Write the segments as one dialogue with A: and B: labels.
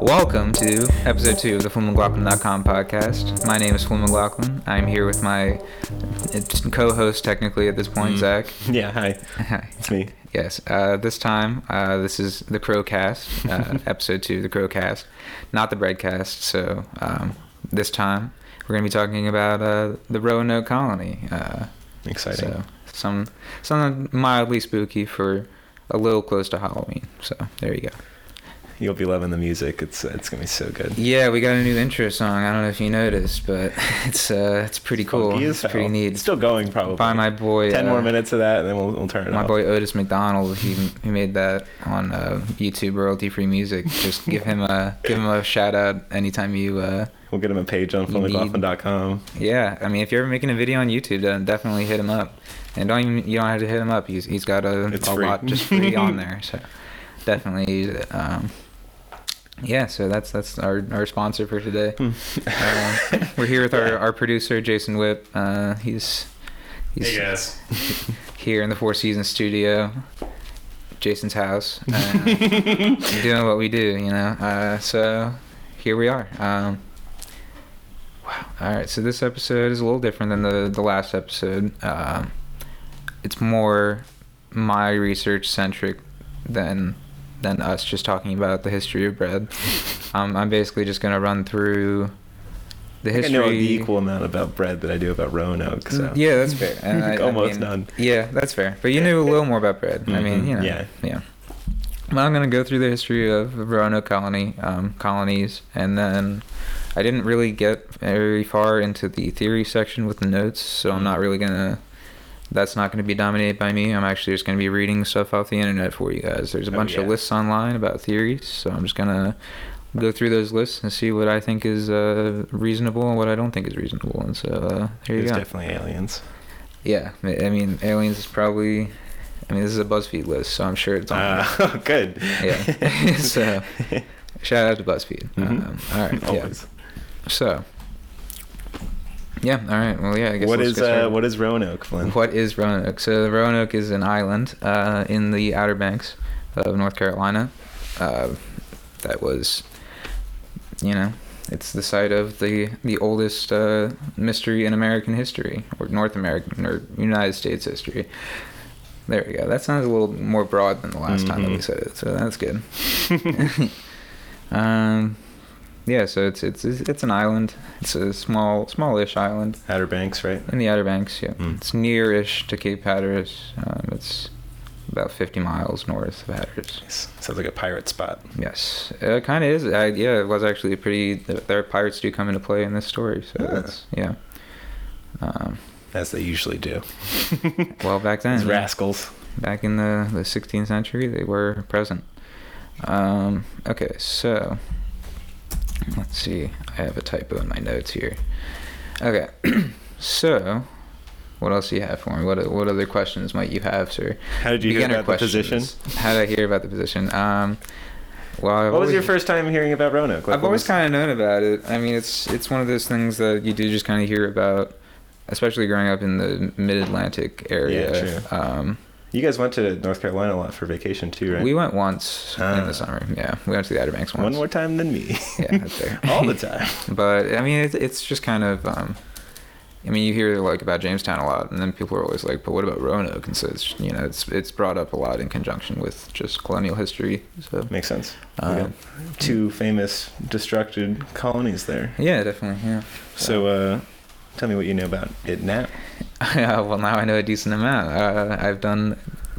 A: Welcome to episode two of the FlynnMcLaughlin.com podcast. My name is Flynn McLaughlin. I'm here with my co host, technically, at this point, Zach.
B: Yeah, hi. It's me.
A: Yes, uh, this time, uh, this is the Crowcast, uh, episode two, the Crowcast, not the Breadcast. So um, this time, we're going to be talking about uh, the Roanoke Colony. Uh,
B: Exciting.
A: so some something mildly spooky for a little close to Halloween. So there you go.
B: You'll be loving the music. It's it's gonna be so good.
A: Yeah, we got a new intro song. I don't know if you noticed, but it's uh, it's pretty cool.
B: Funky as
A: It's pretty
B: hell.
A: neat.
B: It's still going probably.
A: by my boy.
B: Ten
A: uh,
B: more minutes of that, and then we'll, we'll turn it
A: My
B: off.
A: boy Otis McDonald, he, he made that on uh, YouTube royalty free music. Just give him a give him a shout out anytime you. Uh,
B: We'll get him a page on
A: You need-
B: flynmclaughlin.com.
A: yeah, I mean, if you're ever making a video on YouTube, then definitely hit him up. And don't even you don't have to hit him up. He's he's got a,
B: It's
A: a
B: free.
A: lot just free on there. So definitely, um, yeah. So that's that's our our sponsor for today.
B: Hmm.
A: Uh, we're here with our, our producer Jason Whip. Uh, he's he's
C: Hey guys.
A: here in the Four Seasons studio, Jason's house, uh, doing what we do, you know. Uh, so here we are. Um, wow. All right. So this episode is a little different than the the last episode. Um, it's more my research centric than than us just talking about the history of bread. Um, I'm basically just gonna run through the
B: I think I
A: history.
B: know the equal amount about bread that I do about Roanoke. So.
A: Mm, Yeah, that's fair. And I, I
B: Almost
A: mean,
B: none.
A: Yeah, that's fair. But you knew a little more about bread. I mean,
B: Mhm,
A: you know.
B: yeah.
A: Yeah. But I'm gonna go through the history of the Roanoke colony, um, colonies, and then I didn't really get very far into the theory section with the notes, so I'm
B: Mm.
A: not really gonna. That's not going to be dominated by me. I'm actually just going to be reading stuff off the internet for you guys. There's a
B: Oh,
A: bunch of
B: yeah.
A: lists online about theories, so I'm just going to go through those lists and see what I think is uh, reasonable and what I don't think is reasonable. And so uh, here you
B: There's
A: go.
B: definitely aliens.
A: Yeah, I I mean, aliens is probably. I mean, this is a BuzzFeed list, so I'm sure it's on. there.
B: Uh, good.
A: Yeah. So- Shout out to BuzzFeed.
B: Mhm.
A: Um, all right. Yeah.
B: Always.
A: So. Yeah. All right. Well, yeah. I guess
B: What
A: let's
B: is
A: get
B: uh,
A: started.
B: what is Roanoke, Flynn?
A: What is Roanoke? So the Roanoke is an island uh, in the Outer Banks of North Carolina. Uh, that was, you know, it's the site of the the oldest uh, mystery in American history, or North American or United States history. There we go. That sounds a little more broad than the last time that we
B: Mhm.
A: said it, so that's good. um, yeah, so it's it's it's an island. It's a small smallish island.
B: Outer Banks, right?
A: In the Outer Banks, yeah.
B: Mm.
A: It's near-ish to Cape Hatteras. Um, it's about 50 miles north of Hatteras.
B: Nice. Sounds like a pirate spot.
A: Yes, it kind of is. I, yeah, it was actually a pretty. Their pirates do come into play in this story, so
B: Ah.
A: that's yeah. Um,
B: As they usually do.
A: well, back then,
B: These
A: yeah.
B: rascals.
A: back in the, the 16th century, they were present. Um, okay, so let's see. I have a typo in my notes here. Okay, so what else do you have for me? What what other questions might you have, sir?
B: How did you hear about the position?
A: How did I hear about the position? Um, well, I've
B: What was
A: always-
B: your first time hearing about Roanoke? Like,
A: I've
B: what
A: always
B: was-
A: kind of known about it. I mean, it's it's one of those things that you do just kind of hear about, especially growing up in the Mid Atlantic area.
B: Yeah, true.
A: Um,
B: You guys went to North Carolina a lot for vacation too, right?
A: We went once in
B: Ah.
A: the summer. Yeah, we went to the Outer Banks once.
B: one more Oh. time than me.
A: Yeah, that's fair.
B: All the time.
A: But I mean, it's, it's just kind of. Um, I mean, you hear like about Jamestown a lot, and then people are always like, "But what about Roanoke?" And so it's you know it's it's brought up a lot in conjunction with just colonial history. So
B: Makes sense. We
A: Uh,
B: got two famous destructed colonies there.
A: yeah, definitely. Yeah.
B: So, uh, tell me what you know about it now.
A: Yeah, well, now I know a decent amount. Uh, I've done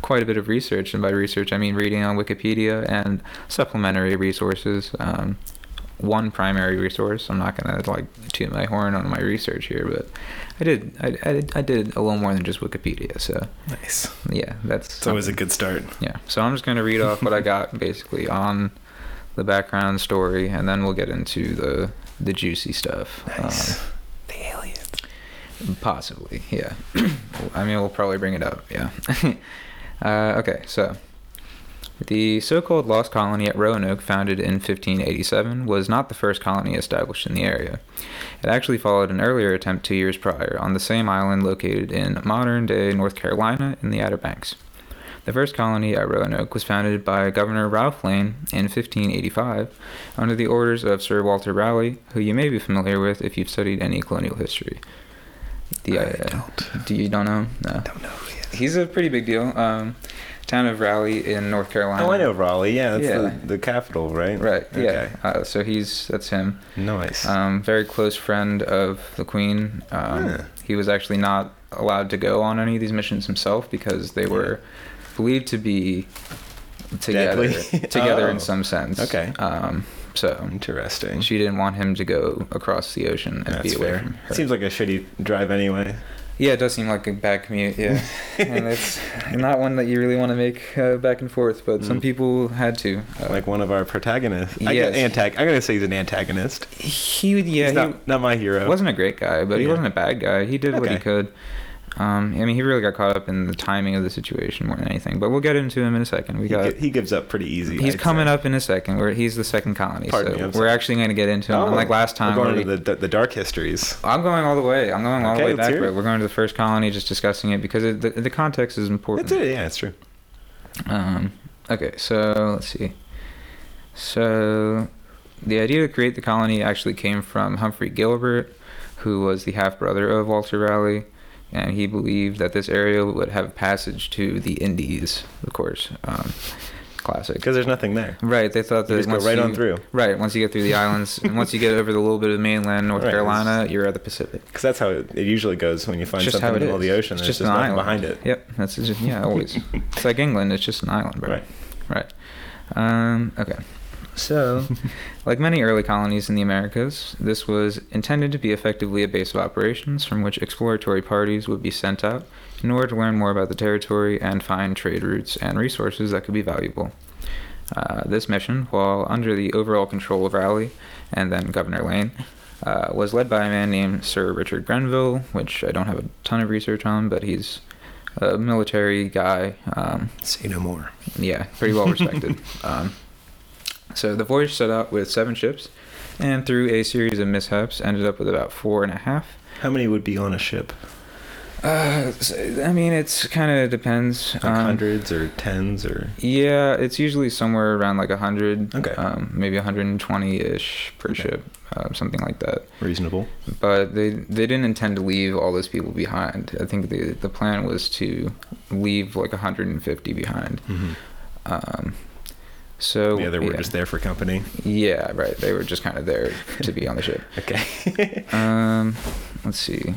A: quite a bit of research, and by research, I mean reading on Wikipedia and supplementary resources. Um, one primary resource. I'm not gonna like toot my horn on my research here, but I did. I, I, did- I did a little more than just Wikipedia. So
B: Nice.
A: yeah, that's
B: It's always a good start.
A: yeah. So I'm just gonna read off what I got basically on the background story, and then we'll get into the the juicy stuff. Um,
B: Nice. the aliens.
A: Possibly, yeah. I mean, we'll probably bring it up, yeah. uh, okay, so the so called lost colony at Roanoke, founded in 1587, was not the first colony established in the area. It actually followed an earlier attempt two years prior on the same island located in modern day North Carolina in the Outer Banks. The first colony at Roanoke was founded by Governor Ralph Lane in 1585 under the orders of Sir Walter Raleigh, who you may be familiar with if you've studied any colonial history. The, uh,
B: don't.
A: Do you don't know? No.
B: Don't know. Who he is.
A: He's a pretty big deal. Um, town of Raleigh in North Carolina.
B: Oh, I know Raleigh. Yeah, that's
A: Yeah.
B: The, the capital, right?
A: Right.
B: Okay.
A: Yeah. Uh, so he's that's him.
B: Nice.
A: Um, very close friend of the Queen. Um,
B: Yeah.
A: He was actually not allowed to go on any of these missions himself because they were believed to be together,
B: Deadly.
A: together
B: Oh.
A: in some sense.
B: Okay.
A: Um, so
B: Interesting.
A: she didn't want him to go across the ocean and
B: That's
A: be away
B: fair.
A: from her.
B: Seems like a shitty drive anyway.
A: yeah, it does seem like a bad commute. Yeah, and it's not one that you really want to make uh, back and forth. But some
B: Mm.
A: people had to. Uh,
B: Like one of our protagonists. I
A: Yes.
B: guess antag- I'm gonna say he's an antagonist.
A: he, would- yeah,
B: he's
A: he,
B: not, not my hero.
A: wasn't a great guy, but he
B: Yeah.
A: wasn't a bad guy. He did what he
B: Okay.
A: could. Um, I mean, he really got caught up in the timing of the situation more than anything. But we'll get into him in a second. We
B: He,
A: got
B: gi- he gives up pretty easy.
A: he's
B: I'd
A: coming
B: say.
A: up in a second. Where he's the second colony,
B: Pardon
A: so
B: me, I'm
A: we're
B: sorry. Oh,
A: actually going to get into him. Unlike last time,
B: We're going
A: where
B: to
A: we-
B: the, the, the dark histories.
A: I'm going all the way. I'm going all the
B: Okay,
A: way
B: let's
A: back.
B: hear it.
A: But we're going to the first colony, just discussing it because it, the, the context is important.
B: That's it. Yeah, it's true.
A: Um, okay, so let's see. So the idea to create the colony actually came from Humphrey Gilbert, who was the half brother of Walter Raleigh, and he believed that this area would have passage to the Indies, of course. Um, classic.
B: Because there's nothing there.
A: Right, they thought that
B: You just go
A: once
B: right
A: you-
B: on through.
A: Right, once you get through the islands, and once you get over the little bit of mainland North
B: Right, it's-
A: Carolina, you're at the Pacific.
B: Because that's how it, it usually goes when you find
A: It's
B: something in the middle of the
A: is.
B: ocean.
A: It's
B: there's
A: just an
B: just, nothing
A: island
B: behind it.
A: Yep, that's just, yeah, always. it's like England. It's just an island, bro.
B: Right.
A: Right. Um, okay. So, like many early colonies in the Americas, this was intended to be effectively a base of operations from which exploratory parties would be sent out in order to learn more about the territory and find trade routes and resources that could be valuable. Uh, this mission, while under the overall control of Raleigh and then Governor Lane, uh, was led by a man named Sir Richard Grenville, which I don't have a ton of research on, but he's a military guy. Um,
B: Say no more.
A: yeah, pretty well respected. um, so the voyage set out with seven ships, and through a series of mishaps, ended up with about four and a half.
B: How many would be on a ship?
A: Uh, s- I mean, it's kind of depends.
B: Like
A: Um,
B: hundreds or tens or
A: yeah, it's usually somewhere around like a hundred.
B: Okay.
A: Um, maybe 120 ish per
B: Okay.
A: ship, um, something like that.
B: reasonable.
A: But they they didn't intend to leave all those people behind. I think the the plan was to leave like 150 behind.
B: Mm-hmm.
A: Um, so
B: Yeah, they were
A: Oh, yeah.
B: just there for company.
A: Yeah, right. They were just kind of there to be on the ship.
B: Okay.
A: Um, let's see.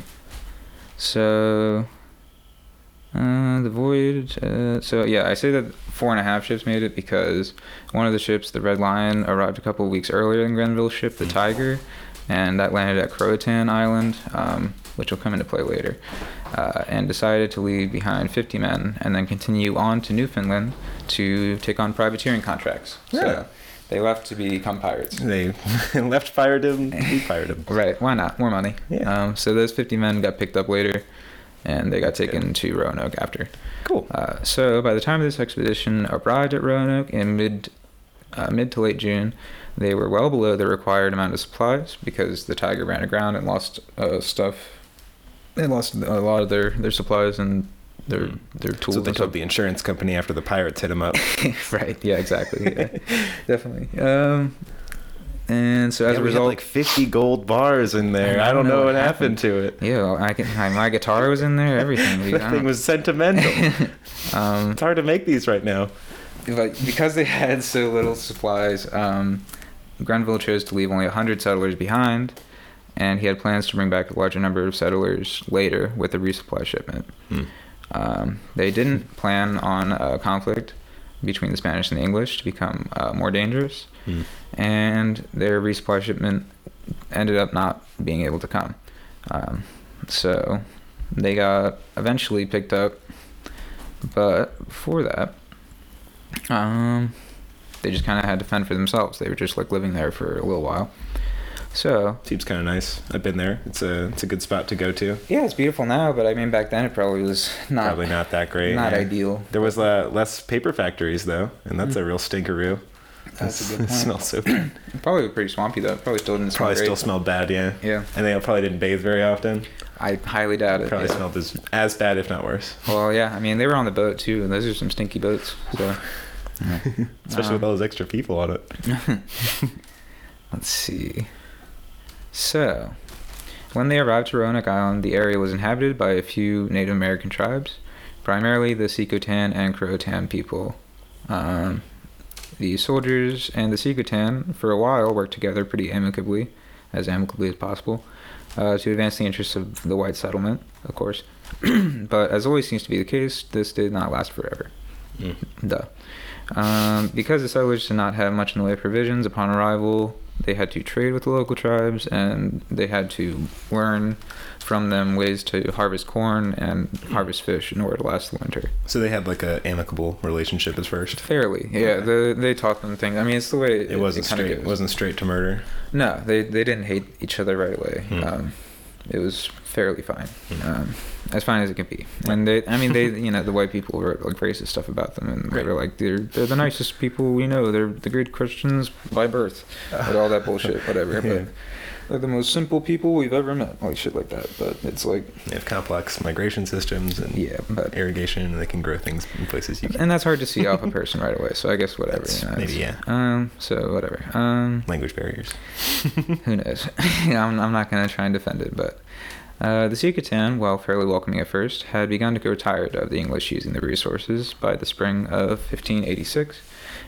A: So, uh, the voyage. Uh, so yeah, I say that four and a half ships made it because one of the ships, the Red Lion, arrived a couple of weeks earlier than Grenville's ship, the Tiger, and that landed at Croatan Island, um, which will come into play later. Uh, and decided to leave behind 50 men and then continue on to Newfoundland to take on privateering contracts.
B: Yeah.
A: So they left to become pirates.
B: they left pirated him. We pirated him.
A: Right. Why not? More money.
B: Yeah.
A: Um, so those 50 men got picked up later, and they got taken to Roanoke after.
B: Cool.
A: Uh, so by the time this expedition arrived at Roanoke in mid uh, mid to late June, they were well below the required amount of supplies because the Tiger ran aground and lost uh, stuff. They lost a lot of their, their supplies and their
B: Mm.
A: their tools.
B: so they
A: and stuff.
B: told the insurance company after the pirates hit him up.
A: right. Yeah. Exactly. Yeah. Definitely. Um, and so as
B: Yeah,
A: a
B: we had,
A: result,
B: like 50 gold bars in there. I don't know, what happened, to it.
A: Yeah, I can, I, my guitar was in there, everything. dude,
B: That
A: I
B: thing
A: don't-
B: was sentimental.
A: um,
B: it's hard to make these right now.
A: but because they had so little supplies, um, Grenville chose to leave only 100 settlers behind, and he had plans to bring back a larger number of settlers later with a resupply shipment.
B: Hmm.
A: Um, they didn't plan on a conflict between the Spanish and the English to become uh, more dangerous,
B: Hmm.
A: and their resupply shipment ended up not being able to come. Um, so they got eventually picked up, but before that, um, they just kind of had to fend for themselves. They were just like living there for a little while. So
B: Seems kind of nice. I've been there. It's a it's a good spot to go to.
A: yeah, it's beautiful now, but I mean back then it probably was not
B: Probably not that great.
A: not
B: yeah.
A: ideal. Hmm.
B: There was uh, less paper factories though, and that's a real stinkeroo.
A: That's a
B: It
A: good point.
B: smells so bad.
A: Probably pretty swampy though. Probably still didn't smell
B: Probably
A: great.
B: still smelled bad, yeah.
A: yeah.
B: And they probably didn't bathe very often.
A: I highly doubt it.
B: Probably
A: Yeah.
B: smelled as as bad, if not worse.
A: Well, yeah. I mean, they were on the boat too, and those are some stinky boats. So
B: Especially with all those extra people on it.
A: let's see. So, when they arrived to Roanoke Island, the area was inhabited by a few Native American tribes, primarily the Secotan and Croatan people. Um, the soldiers and the Secotan, for a while, worked together pretty amicably, as amicably as possible, uh, to advance the interests of the white settlement, of course. but as always seems to be the case, this did not last forever. Duh. Um, because the settlers did not have much in the way of provisions upon arrival, they had to trade with the local tribes and they had to learn from them ways to harvest corn and harvest fish in order to last the winter.
B: So they had like a amicable relationship at first.
A: Fairly, yeah. The, they taught them things. I mean, it's the way
B: It wasn't
A: kinda
B: straight. It
A: goes.
B: wasn't straight to murder.
A: No, they they didn't hate each other right away.
B: Hmm.
A: Um, it was fairly fine,
B: Hmm.
A: um, as fine as it can be. And they, I mean, they, you know, the white people wrote like racist stuff about them, and they were like, they're they're the nicest people we know. They're the good Christians by birth, but all that bullshit, whatever.
B: Yeah.
A: But they're the most simple people we've ever met, like shit like that. But it's like,
B: They have complex migration systems and
A: yeah, but
B: irrigation, and they can grow things in places you can.
A: and that's hard to see off a person right away. So I guess whatever.
B: That's-
A: you know,
B: maybe
A: it's-
B: yeah.
A: Um. So whatever. Um.
B: Language barriers.
A: Who knows? I'm, I'm not going to try and defend it, but uh, the Yucatan, while fairly welcoming at first, had begun to grow tired of the English using their resources by the spring of 1586,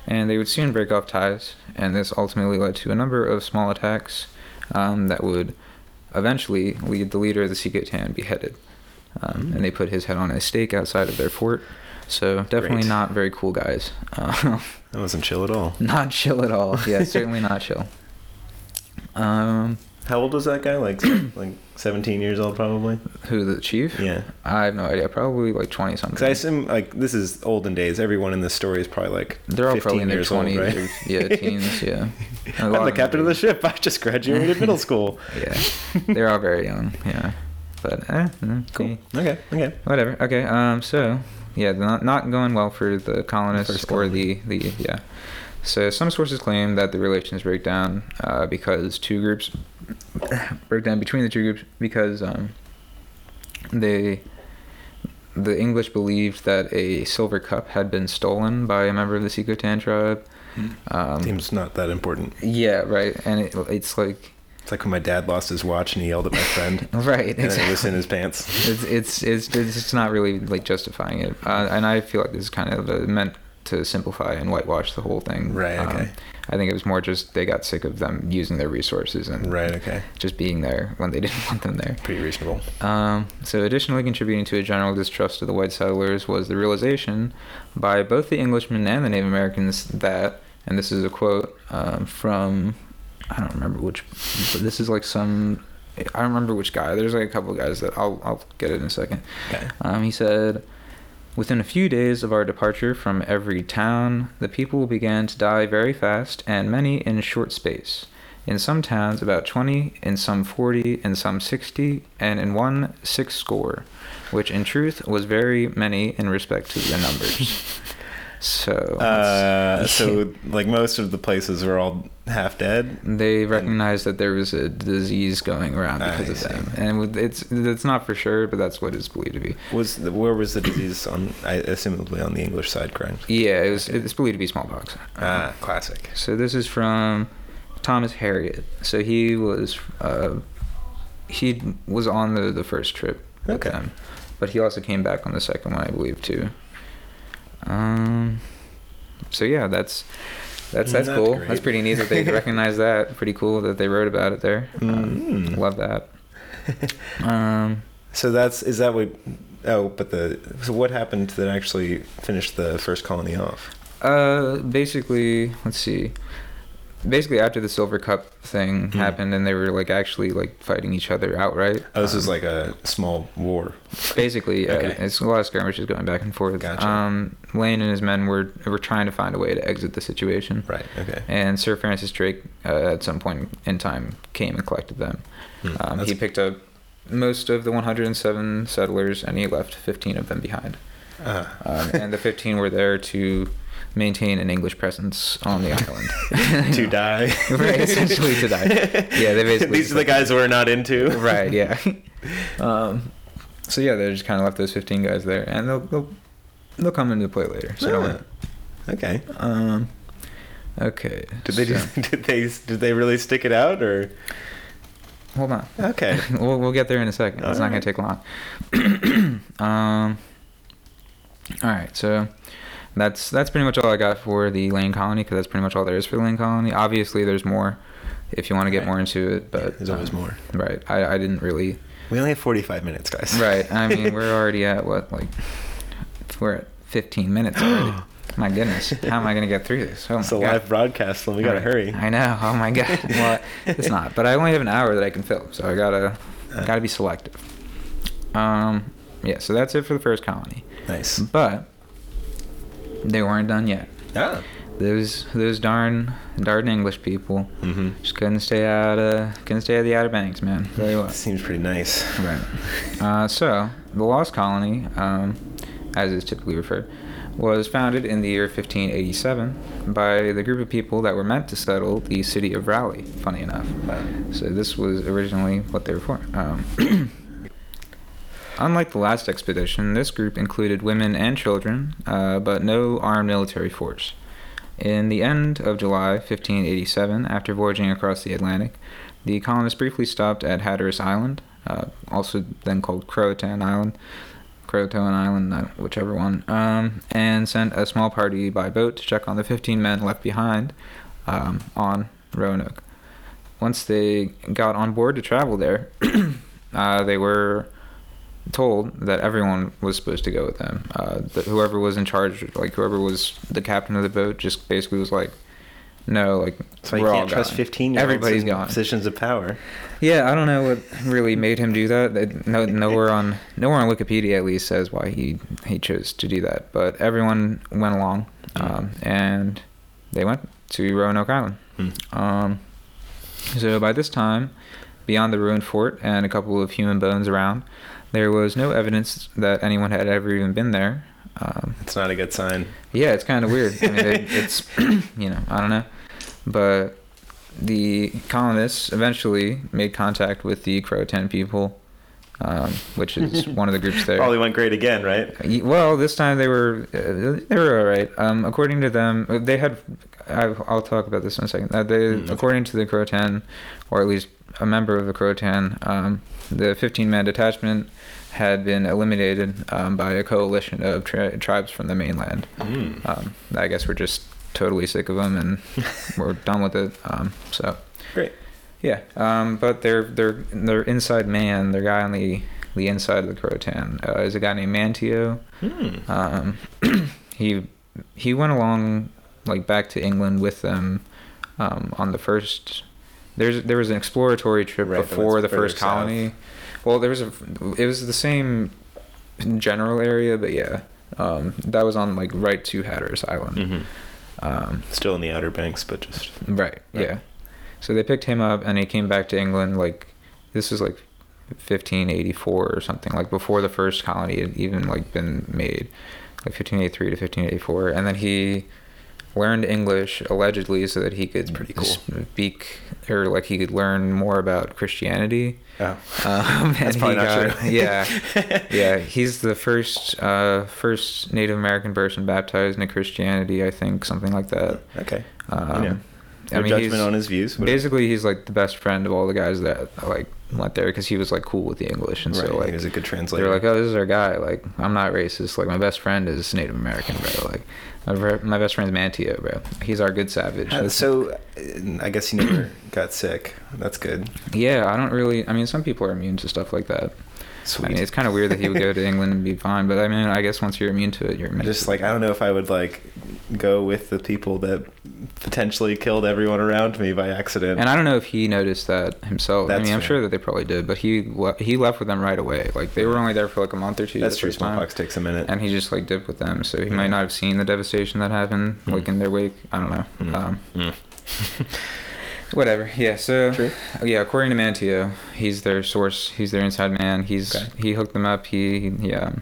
A: and they would soon break off ties, and this ultimately led to a number of small attacks um, that would eventually lead the leader of the Yucatan beheaded. Um, And they put his head on a stake outside of their fort, so definitely
B: Great.
A: not very cool guys. Uh,
B: That wasn't chill at all.
A: not chill at all. Yeah, certainly not chill. Um,
B: How old was that guy? Like like 17 years old, probably.
A: Who the chief?
B: Yeah.
A: I have no idea. Probably like twenty something.
B: Because I assume like this is olden days. Everyone in this story is probably like
A: They're all
B: 15
A: probably in their
B: years old,
A: twenties,
B: right?
A: or yeah, teens, yeah. A lot
B: I'm the
A: them
B: captain of
A: do.
B: the ship. I just graduated middle school.
A: Yeah, they're all very young. Yeah, but eh, cool.
B: Cool. Okay. Okay.
A: Whatever. Okay. Um. So yeah, they're not not going well for the colonists
B: First
A: or the the yeah. So some sources claim that the relations break down uh, because two groups break down between the two groups because um, they the English believed that a silver cup had been stolen by a member of the Secotan tribe.
B: Hmm.
A: Um,
B: Seems not that important.
A: yeah, right. And it, it's like
B: It's like when my dad lost his watch and he yelled at my friend,
A: right.
B: and then it
A: exactly.
B: was in his pants.
A: it's it's it's it's just not really like justifying it, uh, and I feel like this is kind of uh meant to simplify and whitewash the whole thing. Um,
B: Right, okay.
A: I think it was more just they got sick of them using their resources and
B: Right. Okay.
A: just being there when they didn't want them there.
B: Pretty reasonable.
A: Um, so, additionally contributing to a general distrust of the white settlers was the realization by both the Englishmen and the Native Americans that, and this is a quote um, from, I don't remember which, but this is like some, I don't remember which guy. There's like a couple of guys that I'll, I'll get it in a second.
B: Okay.
A: Um, he said, Within a few days of our departure from every town, the people began to die very fast, and many in a short space. In some towns, about 20, in some 40, in some 60, and in one, six score, which in truth was very many in respect to the numbers. so,
B: Uh,
A: that's-
B: so like most of the places were all half dead.
A: they recognized that there was a disease going around
B: I
A: because of
B: see.
A: them. And with- it's, it's not for sure, but that's what it's believed to be.
B: Was the, where was the disease on? I assumably on the English side, correct?
A: Yeah, it was, it's believed to be smallpox.
B: Ah, classic.
A: So this is from Thomas Harriot. So he was uh, he was on the the first trip with
B: Okay.
A: them, but he also came back on the second one, I believe, too. Um. So yeah, that's that's that's
B: Not
A: cool.
B: great.
A: That's pretty neat that they recognize that. Pretty cool that they wrote about it there. Um,
B: Mm.
A: Love that. Um.
B: So that's is that what? Oh, but the so what happened that actually finished the first colony off?
A: Uh, basically, let's see. Basically, after the Silver Cup thing
B: Hmm.
A: happened, and they were like actually like fighting each other outright.
B: Oh, this
A: um,
B: is like a small war.
A: basically yeah,
B: Okay.
A: it's a lot of skirmishes going back and forth.
B: Gotcha.
A: Um, Lane and his men were were trying to find a way to exit the situation,
B: Right. Okay.
A: and Sir Francis Drake uh, at some point in time came and collected them.
B: Hmm,
A: Um,
B: that's-
A: he picked up most of the 107 settlers, and he left 15 of them behind
B: Ah,
A: um, and the 15 were there to maintain an English presence on the island.
B: to die.
A: Right, essentially to die. Yeah, they basically
B: These are the guys we're not into.
A: right, yeah. Um, so yeah, they just kind of left those 15 guys there, and they'll they'll, they'll come into play later. So don't
B: Ah,
A: worry.
B: okay.
A: Um, okay.
B: Did they
A: so-
B: just, did they did they really stick it out or
A: Hold on.
B: okay?
A: we'll, we'll get there in a second. it's not
B: Alright.
A: going to take long. um, all right, so that's that's pretty much all I got for the Lane Colony because that's pretty much all there is for the Lane Colony. Obviously, there's more if you want to get
B: Right.
A: more into it, but um,
B: There's always more.
A: Right, I, I didn't really.
B: We only have 45 minutes, guys.
A: Right, I mean we're already at what like we're at 15 minutes already. my goodness, how am I going to get through this? Oh
B: it's
A: my
B: a
A: God.
B: live broadcast, so we gotta
A: Right.
B: hurry.
A: I know. Oh my god. Well, it's not. But I only have an hour that I can fill, so I gotta
B: Uh.
A: gotta be selective. Um, yeah. So that's it for the first colony.
B: Nice.
A: But they weren't done yet.
B: Ah.
A: Those those darn darn English people
B: Mm-hmm.
A: just couldn't stay out of couldn't stay out of the Outer Banks, man. Tell you what.
B: Seems pretty nice.
A: Right. Uh, so, the Lost Colony, um, as it's typically referred, was founded in the year 1587 by the group of people that were meant to settle the city of Raleigh, funny enough.
B: Wow.
A: So, this was originally what they were for. Um, unlike the last expedition, this group included women and children, uh, but no armed military force. In the end of July 1587, after voyaging across the Atlantic, the colonists briefly stopped at Hatteras Island, uh, also then called Croatan Island, Croatan Island, uh, whichever one, um, and sent a small party by boat to check on the 15 men left behind um, on Roanoke. Once they got on board to travel there, uh, they were told that everyone was supposed to go with them. Uh, that whoever was in charge, like whoever was the captain of the boat, just basically was like, "No, like
B: So you
A: we're all
B: can't trust
A: gone.
B: 15 year olds
A: Everybody's
B: in
A: gone."
B: positions of power.
A: Yeah, I don't know what really made him do that. It- No, nowhere on nowhere on Wikipedia at least says why he he chose to do that. But everyone went along, um, and they went to Roanoke Island.
B: Mm.
A: Um, so by this time, beyond the ruined fort and a couple of human bones around, there was no evidence that anyone had ever even been there. Um,
B: It's not a good sign.
A: yeah, it's kind of weird. I mean, it, it's you know, I don't know, but the colonists eventually made contact with the Croatan people, um, which is one of the groups there.
B: Probably went great again, right?
A: Ye- Well, this time they were uh, they were all right. Um, according to them, uh, they had. I've, I'll talk about this in a second. Uh, they,
B: Mm, okay.
A: according to the Croatan, or at least a member of the Croatan, um, the 15-man detachment had been eliminated um, by a coalition of tri- tribes from the mainland.
B: Mm.
A: Um, I guess we're just totally sick of them and we're done with it. Um, so
B: Great.
A: yeah, um, but their their their inside man, their guy on the the inside of the Croatan uh, is a guy named Mantio.
B: Mm.
A: Um, he he went along like back to England with them um, on the first. There's there was an exploratory trip
B: Right, but
A: before
B: it's
A: the first
B: further south.
A: colony. Well, there was a it was the same general area, but yeah, um, that was on like right to Hatteras Island.
B: Mhm.
A: Um,
B: Still in the Outer Banks, but just
A: Right.
B: Right.
A: Yeah. So they picked him up, and he came back to England. Like this is like 1584 or something. Like before the first colony had even like been made, like 1583 to 1584. And then he learned English allegedly so that he could
B: pretty cool.
A: speak or like he could learn more about Christianity.
B: oh,
A: Um,
B: That's
A: and
B: probably
A: he
B: not
A: got-
B: true.
A: yeah, yeah. He's the first uh, first Native American person baptized into Christianity, I think, something like that.
B: okay.
A: Um,
B: you know,
A: I
B: your
A: mean,
B: judgment
A: he's-
B: on his views. whatever.
A: Basically, he's like the best friend of all the guys that like went there because he was like cool with the English, and
B: right.
A: so
B: he
A: like
B: was a good
A: they're
B: translator. Uh,
A: like, oh, this is our guy. Like I'm not racist. Like my best friend is Native American, bro. Like my ver- my best friend's Mantio, bro. He's our good savage.
B: Uh,
A: That's-
B: so, uh, I guess he never got sick. That's good.
A: yeah, I don't really. I mean, some people are immune to stuff like that. I mean,
B: Sweet.
A: it's kind of weird that he would go to England and be fine, but I mean, I guess once you're immune to it, you're
B: I
A: immune.
B: just
A: to
B: like I don't know if I would like go with the people that potentially killed everyone around me by accident.
A: And I don't know if he noticed that himself. I
B: That's
A: mean, I'm
B: fair.
A: sure that they probably did, but he le- he left with them right away. Like they were only there for like a month or two.
B: That's
A: the
B: true.
A: first time.
B: Smallpox takes a minute.
A: and he just like dipped with them, so he
B: Yeah. Hmm.
A: might not have seen the devastation that happened like in their wake. I don't know.
B: Mm.
A: Um,
B: Mm.
A: whatever. Yeah. So
B: True.
A: yeah, according to Mantio, he's their source. He's their inside man. He's
B: Okay.
A: he hooked them up. He yeah. um,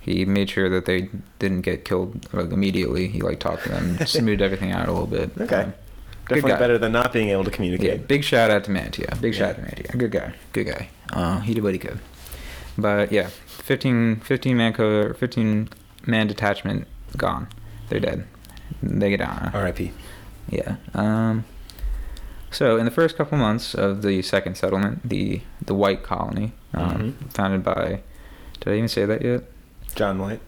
A: He made sure that they didn't get killed like immediately. He like talked to them, smoothed everything out a little bit.
B: Okay.
A: Um, good
B: Definitely
A: guy.
B: better than not being able to
A: Yeah,
B: communicate.
A: big shout out to Mantia. Big shout out to
B: Yeah.
A: Mantia. Good guy. Good guy. Uh, he did what he could. But yeah, 15, 15 man co- or 15 man detachment gone. They're dead. They get out.
B: R.I.P.
A: Yeah. Um, so in the first couple months of the second settlement, the the White Colony, um, founded by, did I even say that yet?
B: John White.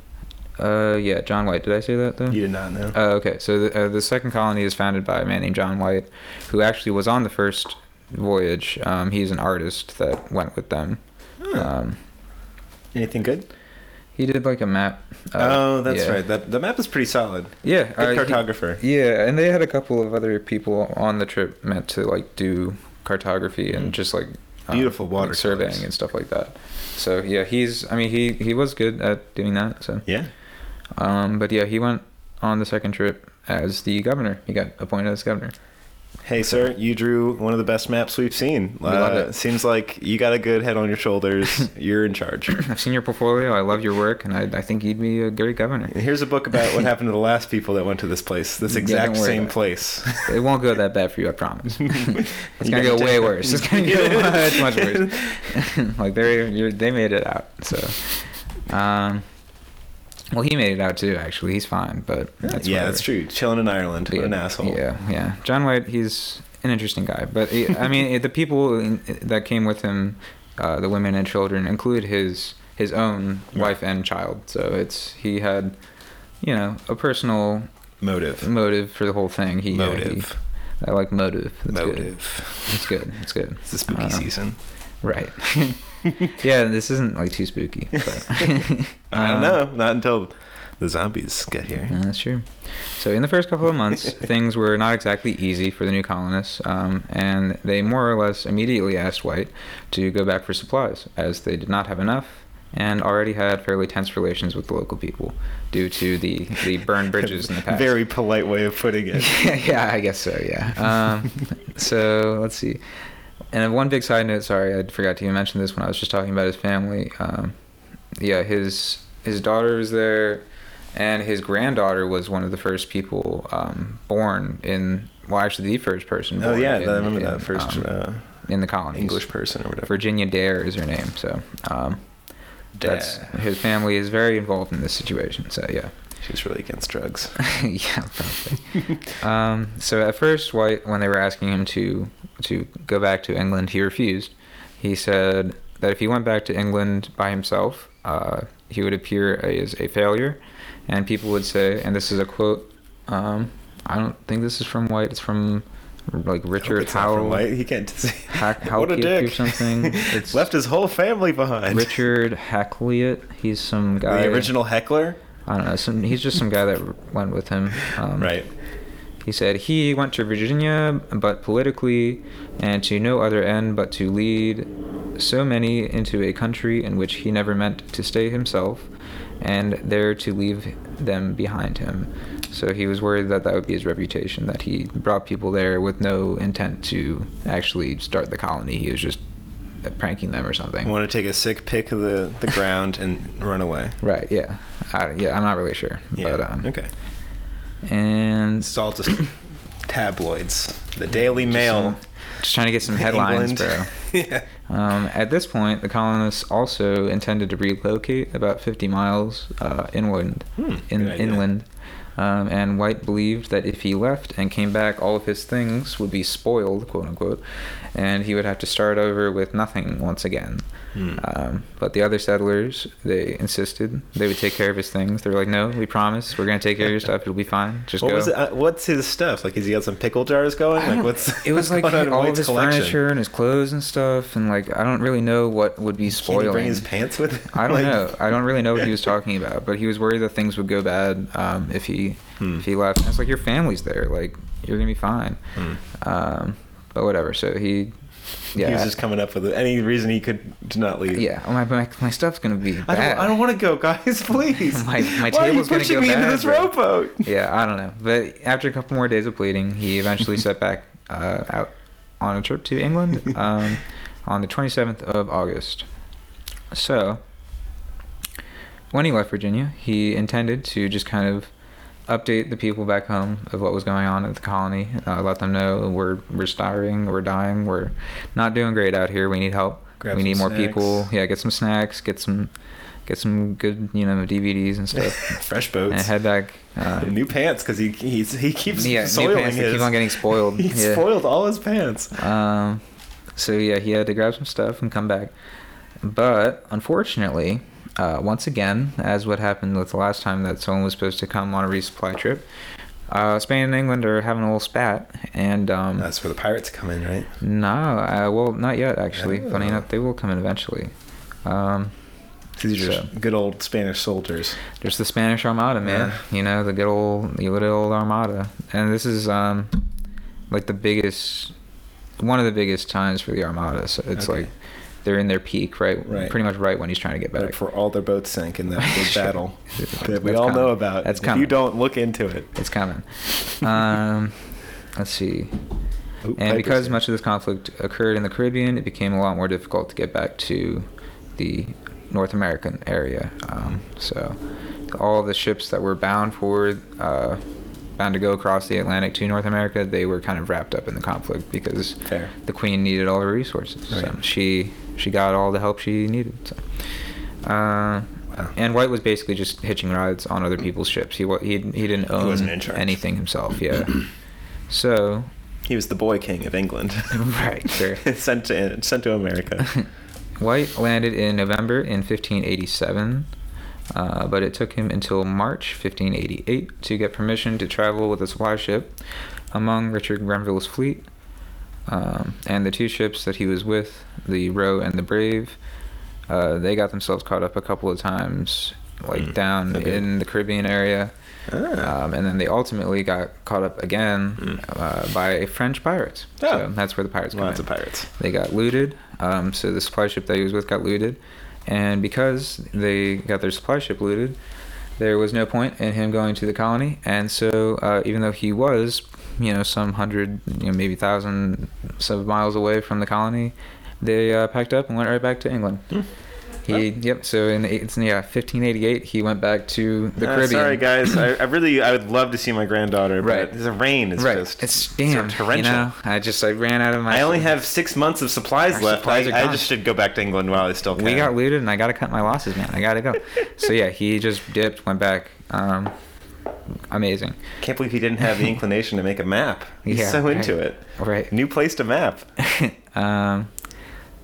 A: Uh, yeah, John White. Did I say that though?
B: You did not know.
A: Uh, okay, so the, uh, the second colony is founded by a man named John White, who actually was on the first voyage. Um, he's an artist that went with them.
B: Huh.
A: Um,
B: Anything good?
A: he did like a map. uh,
B: oh, that's
A: yeah.
B: right. That the map is pretty solid.
A: Yeah,
B: Good
A: uh, he-
B: cartographer.
A: yeah, and they had a couple of other people on the trip meant to like do cartography and just like
B: Hmm.
A: um,
B: Beautiful water
A: like, surveying
B: colours.
A: and stuff like that. So yeah, he's. I mean, he he was good at doing that. So
B: yeah.
A: um, but yeah, he went on the second trip as the governor. He got appointed as governor.
B: Hey, sir, you drew one of the best maps we've seen.
A: We love
B: Uh,
A: it.
B: Seems like you got a good head on your shoulders. You're in charge.
A: I've seen your portfolio. I love your work, and I, I think you'd be a great governor.
B: And here's a book about what happened to the last people that went to this place, this
A: Yeah,
B: exact
A: don't worry
B: same
A: about it.
B: place.
A: It won't go that bad for you, I promise. it's gonna
B: You
A: go
B: gotta
A: way
B: take-
A: worse. It's gonna go much much worse. like they you're, they made it out. So, um, well, he made it out too. Actually, he's fine. But that's
B: yeah,
A: whatever.
B: that's true. Chilling in Ireland, what
A: yeah,
B: an asshole.
A: Yeah, yeah. John White, he's an interesting guy, but he, I mean, the people in- that came with him, uh, the women and children, include his his own wife and child. So it's he had, you know, a personal
B: Motive.
A: motive for the whole thing. He, uh, he-
B: Motive.
A: I like motive. That's Good.
B: Motive.
A: It's good. It's good.
B: It's the spooky
A: Uh,
B: season.
A: Right. yeah, this isn't like too spooky. But
B: I
A: Um,
B: don't know. Not until the zombies get here.
A: Yeah, that's true. So in the first couple of months, things were not exactly easy for the new colonists, um, and they more or less immediately asked White to go back for supplies, as they did not have enough and already had fairly tense relations with the local people due to the, the burned bridges in the past.
B: Very polite way of putting it.
A: yeah, I guess so. Yeah. Um, so let's see. And one big side note. Sorry, I forgot to even mention this when I was just talking about his family. Um, yeah, his his daughter was there, and his granddaughter was one of the first people um, born in. Well, actually, the first person.
B: Oh
A: born
B: yeah,
A: in-
B: I remember
A: in,
B: that first
A: um,
B: uh,
A: in the colonies.
B: English person or whatever.
A: Virginia Dare is her name. So. Um, that's
B: Dare.
A: his family is very involved in this situation. So yeah.
B: She was really against drugs.
A: yeah, probably. um, so at first, White, when they were asking him to to go back to England, he refused. He said that if he went back to England by himself, uh, he would appear as a failure, and people would say, and this is a quote. Um, I don't think this is from White. It's from like Richard
B: It's not from
A: Howell.
B: White. He can't say
A: Hack-
B: what a
A: Halkett
B: dick
A: or something. It's-
B: Left his whole family behind.
A: Richard Hackliot. He's some guy.
B: the original heckler.
A: I don't know. Some, he's just some guy that went with him. Um,
B: right.
A: He said he went to Virginia, but politically, and to no other end but to lead so many into a country in which he never meant to stay himself, and there to leave them behind him. So he was worried that that would be his reputation, that he brought people there with no intent to actually start the colony. He was just uh, pranking them or something.
B: Want to take a sick pick of the, the ground and run away.
A: Right, yeah. I, yeah, I'm not really sure.
B: Yeah.
A: But, um,
B: okay.
A: And
B: It's all just tabloids. The Daily Mail.
A: just trying to get some headlines,
B: England.
A: bro.
B: yeah.
A: Um, at this point, the colonists also intended to relocate about 50 miles uh, inland.
B: Hmm,
A: in,
B: good idea.
A: inland. Um, and White believed that if he left and came back, all of his things would be spoiled, quote unquote, and he would have to start over with nothing once again.
B: Hmm.
A: Um, but the other settlers, they insisted they would take care of his things. They were like, "No, we promise. We're gonna take care of your stuff. It'll be fine. Just
B: What
A: go."
B: was it? uh, what's his stuff? Like, has he got some pickle jars going?
A: I
B: Like,
A: don't-
B: what's
A: it was like
B: what's going on in
A: all of
B: White's
A: his
B: collection?
A: furniture and his clothes and stuff, and like I don't really know what would be
B: Can
A: spoiling.
B: he bring his pants with? him?
A: I don't
B: Like-
A: know. I don't really know what he was talking about, but he was worried that things would go bad um, if he
B: Hmm.
A: if he left. And it's like your family's there, like you're gonna be fine.
B: Hmm.
A: Um, but whatever. So he, yeah,
B: He was just coming up with any reason he could to not leave.
A: yeah. Oh, my, my my stuff's gonna be
B: I
A: bad.
B: don't, I don't want to go, guys. Please.
A: My- my
B: Why are you
A: table's gonna
B: pushing
A: go
B: me into
A: bad,
B: this
A: bro.
B: rowboat?
A: yeah, I don't know. But after a couple more days of pleading, he eventually set back uh, out on a trip to England um, on the 27th of August. So, when he left Virginia, he intended to just kind of update the people back home of what was going on at the colony, uh, let them know we're we're starving, we're dying, we're not doing great out here. We need help.
B: Grab
A: we need
B: some
A: more people.
B: snacks.
A: Yeah, get some snacks, get some get some good you know DVDs and stuff,
B: Fresh
A: and
B: boats.
A: head back. Uh,
B: new pants because he he's, he keeps
A: yeah, new
B: soiling
A: pants that
B: his.
A: keep on getting spoiled.
B: he
A: yeah.
B: spoiled all his pants.
A: Um, so yeah, he had to grab some stuff and come back. But unfortunately, uh, once again, as what happened with the last time that someone was supposed to come on a resupply trip, uh, Spain and England are having a little spat, and um,
B: That's where the pirates come in, right?
A: no, uh, well, not yet actually. Funny
B: Oh.
A: enough, they will come in eventually. Um,
B: These are just
A: So-
B: good old Spanish soldiers.
A: There's the Spanish Armada, man. You know, the good old, the good old Armada. And this is um, like the biggest, one of the biggest times for the Armada. So it's
B: Okay.
A: like they're in their peak, right?
B: Right.
A: Pretty much right when he's trying to get back.
B: But for all their boats sank in that big
A: Sure.
B: battle that we
A: That's
B: all know
A: coming.
B: about.
A: That's
B: if you
A: coming.
B: don't look into it,
A: It's coming. Um, let's see.
B: Oop,
A: And
B: Piper's
A: because
B: here.
A: much of this conflict occurred in the Caribbean, it became a lot more difficult to get back to the North American area. Um, so, all the ships that were bound for, uh, bound to go across the Atlantic to North America, they were kind of wrapped up in the conflict because
B: Fair.
A: the Queen needed all her resources. So
B: Right.
A: she she got all the help she needed. So. Uh,
B: Wow.
A: And White was basically just hitching rides on other people's ships. He wa- he, he didn't own
B: wasn't in charge.
A: anything himself. Yeah. so
B: he was the boy king of England,
A: Right, sure.
B: sent to sent to America.
A: White landed in November in 1587, uh, but it took him until March 1588 to get permission to travel with a supply ship among Richard Grenville's fleet. Um, and the two ships that he was with, the Roe and the Brave, uh, they got themselves caught up a couple of times, like
B: Mm,
A: down
B: okay.
A: in the Caribbean area.
B: Ah.
A: Um, and then they ultimately got caught up again
B: Mm.
A: uh, by French pirates.
B: Oh.
A: So that's where the pirates come
B: Lots
A: in.
B: of pirates.
A: They got looted. Um, so the supply ship that he was with got looted, and because they got their supply ship looted, there was no point in him going to the colony. And so, uh, even though he was, you know, some hundred, you know, maybe thousand some miles away from the colony, they uh, packed up and went right back to England.
B: Hmm.
A: He, yep. So in the, eight- it's, yeah, 1588, he went back to the
B: Uh,
A: Caribbean.
B: sorry, guys. I, I really I would love to see my granddaughter,
A: Right.
B: but the rain is
A: right.
B: just
A: it's damn
B: torrential.
A: You know, I just I ran out of my.
B: I only have six months of supplies
A: Our
B: left.
A: supplies are
B: I, I
A: gone.
B: just should go back to England while I still can.
A: We got looted, and I gotta cut my losses, man. I gotta go. so yeah, he just dipped, went back. Um, amazing.
B: Can't believe he didn't have the inclination to make a map. He's
A: Yeah,
B: so into
A: right.
B: it.
A: Right.
B: New place to map.
A: um,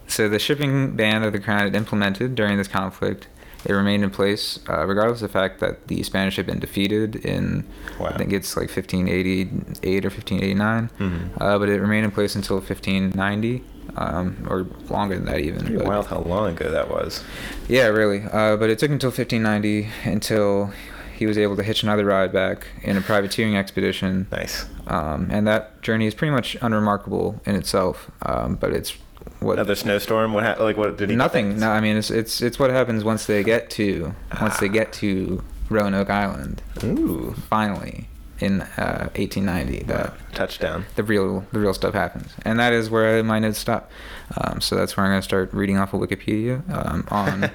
A: so the shipping ban that the crown had implemented during this conflict, it remained in place uh, regardless of the fact that the Spanish had been defeated in,
B: Wow.
A: I think it's like 1588 or 1589,
B: Mhm.
A: uh, but it remained in place until 1590, um, or longer than that even.
B: Pretty
A: but-
B: wild how long ago that was.
A: Yeah, really. Uh, but it took until 1590 until he was able to hitch another ride back in a privateering expedition.
B: Nice.
A: Um, and that journey is pretty much unremarkable in itself. Um, but it's what
B: Another snowstorm. What? Ha- like what? Did he?
A: nothing. No, I mean it's it's it's what happens once they get to once they
B: Ah.
A: get to Roanoke Island
B: Ooh.
A: finally in uh, 1890. That
B: Wow. Touchdown.
A: the real the real stuff happens, and that is where my notes stop. Um, so that's where I'm going to start reading off of Wikipedia um, on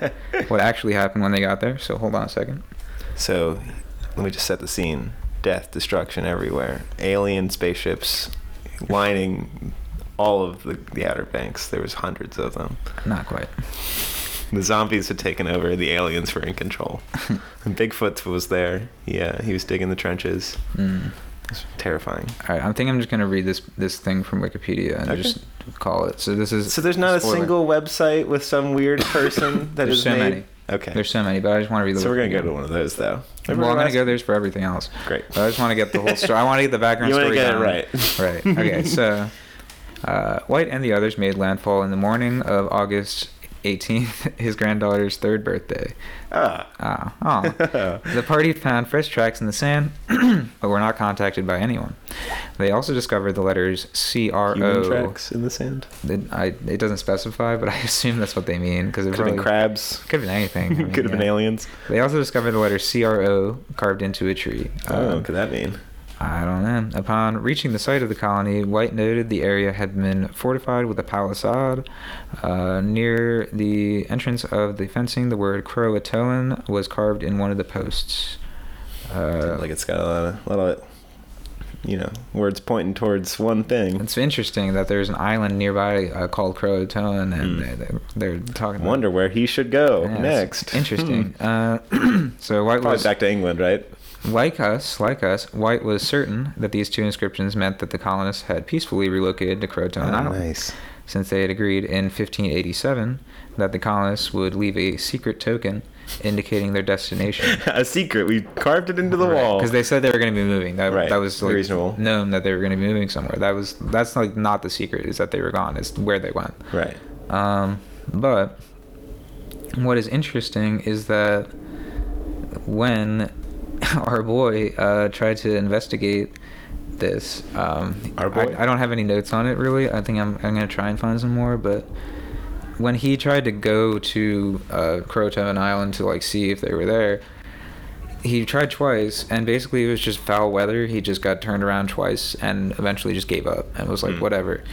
A: what actually happened when they got there. So hold on a second.
B: So, let me just set the scene. Death, destruction everywhere. Alien spaceships lining all of the, the Outer Banks. There was hundreds of them.
A: Not quite.
B: The zombies had taken over. The aliens were in control. and Bigfoot was there. Yeah, he was digging the trenches.
A: Mm.
B: It was terrifying.
A: All right, I think I'm just going to read this this thing from Wikipedia and
B: Okay.
A: just call it. So this is
B: So there's not a
A: spoiler.
B: single website with some weird person that
A: There's
B: is
A: so
B: made.
A: many.
B: Okay.
A: There's so many, but I just want to read. the
B: so we're gonna go
A: Wikipedia.
B: to one of those though.
A: well, I'm
B: Remember
A: going to
B: last-
A: go there's for everything else.
B: Great.
A: But I just want to get the whole story. I want to get the background
B: You wanna
A: story.
B: get it
A: down.
B: right.
A: Right. Okay. So, uh, White and the others made landfall in the morning of August 18th, his granddaughter's third birthday.
B: Ah.
A: Oh, oh. the party found fresh tracks in the sand, but were not contacted by anyone. They also discovered the letters C R
B: Human
A: O.
B: tracks in the sand.
A: Oh. It I- it doesn't specify, but I assume that's what they mean because it
B: Could have been
A: probably-
B: crabs.
A: Could have been anything. I mean,
B: Could have been
A: yeah.
B: aliens.
A: They also discovered the letter C R O carved into a tree.
B: Oh,
A: Um,
B: what could that mean?
A: I don't know. Upon reaching the site of the colony, White noted the area had been fortified with a palisade. Uh, near the entrance of the fencing, the word Croatoan was carved in one of the posts. Uh,
B: Seems like it's got a lot of, lot of, you know, words pointing towards one thing.
A: it's interesting that there's an island nearby uh, called Croatoan, and
B: Hmm.
A: they, they're, they're talking. about-
B: Wonder where he should go
A: Yeah, it's
B: next.
A: Interesting.
B: Hmm.
A: uh, so White
B: Probably
A: was
B: back to England, right?
A: Like us, like us, White was certain that these two inscriptions meant that the colonists had peacefully relocated to Croton
B: Ah,
A: Island,
B: nice.
A: since they had agreed in 1587 that the colonists would leave a secret token indicating their destination.
B: a secret. We carved it into the wall.
A: because they said they were going to be moving. That,
B: Right.
A: that was like,
B: Reasonable.
A: known that they were going to be moving somewhere. That was that's like not the secret is that they were gone. It's where they went.
B: Right.
A: Um, but what is interesting is that when our boy uh, tried to investigate this, um,
B: Our boy?
A: I, I don't have any notes on it really. I think I'm, I'm going to try and find some more. But when he tried to go to uh, Croton Island to like see if they were there, he tried twice, and basically it was just foul weather. He just got turned around twice, and eventually just gave up and was like,
B: Hmm.
A: whatever,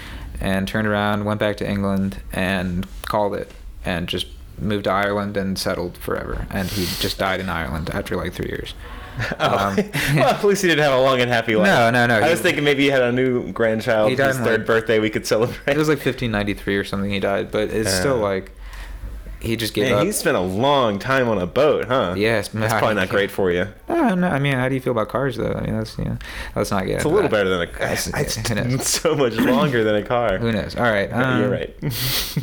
A: and turned around, went back to England, and called it, and just moved to Ireland and settled forever. And he just died in Ireland after like three years.
B: Oh.
A: Um,
B: well, at least he didn't have a long and happy life.
A: No, no, no,
B: I
A: he-
B: was thinking maybe he had a new grandchild.
A: He died
B: his
A: in,
B: third
A: like-
B: birthday we could celebrate.
A: it was like 1593 or something. He died, but it's still
B: Uh.
A: like he just gave
B: Man,
A: up.
B: he spent a long time on a boat, huh?
A: Yes,
B: That's
A: man.
B: probably not great for you.
A: Oh, no, I mean, how do you feel about cars though? I mean, that's yeah, let's not get.
B: It's
A: into
B: a little
A: that.
B: better than a car.
A: That's-
B: It's
A: who knows?
B: so much longer than a car.
A: Who knows? All right,
B: But You're
A: um,
B: right.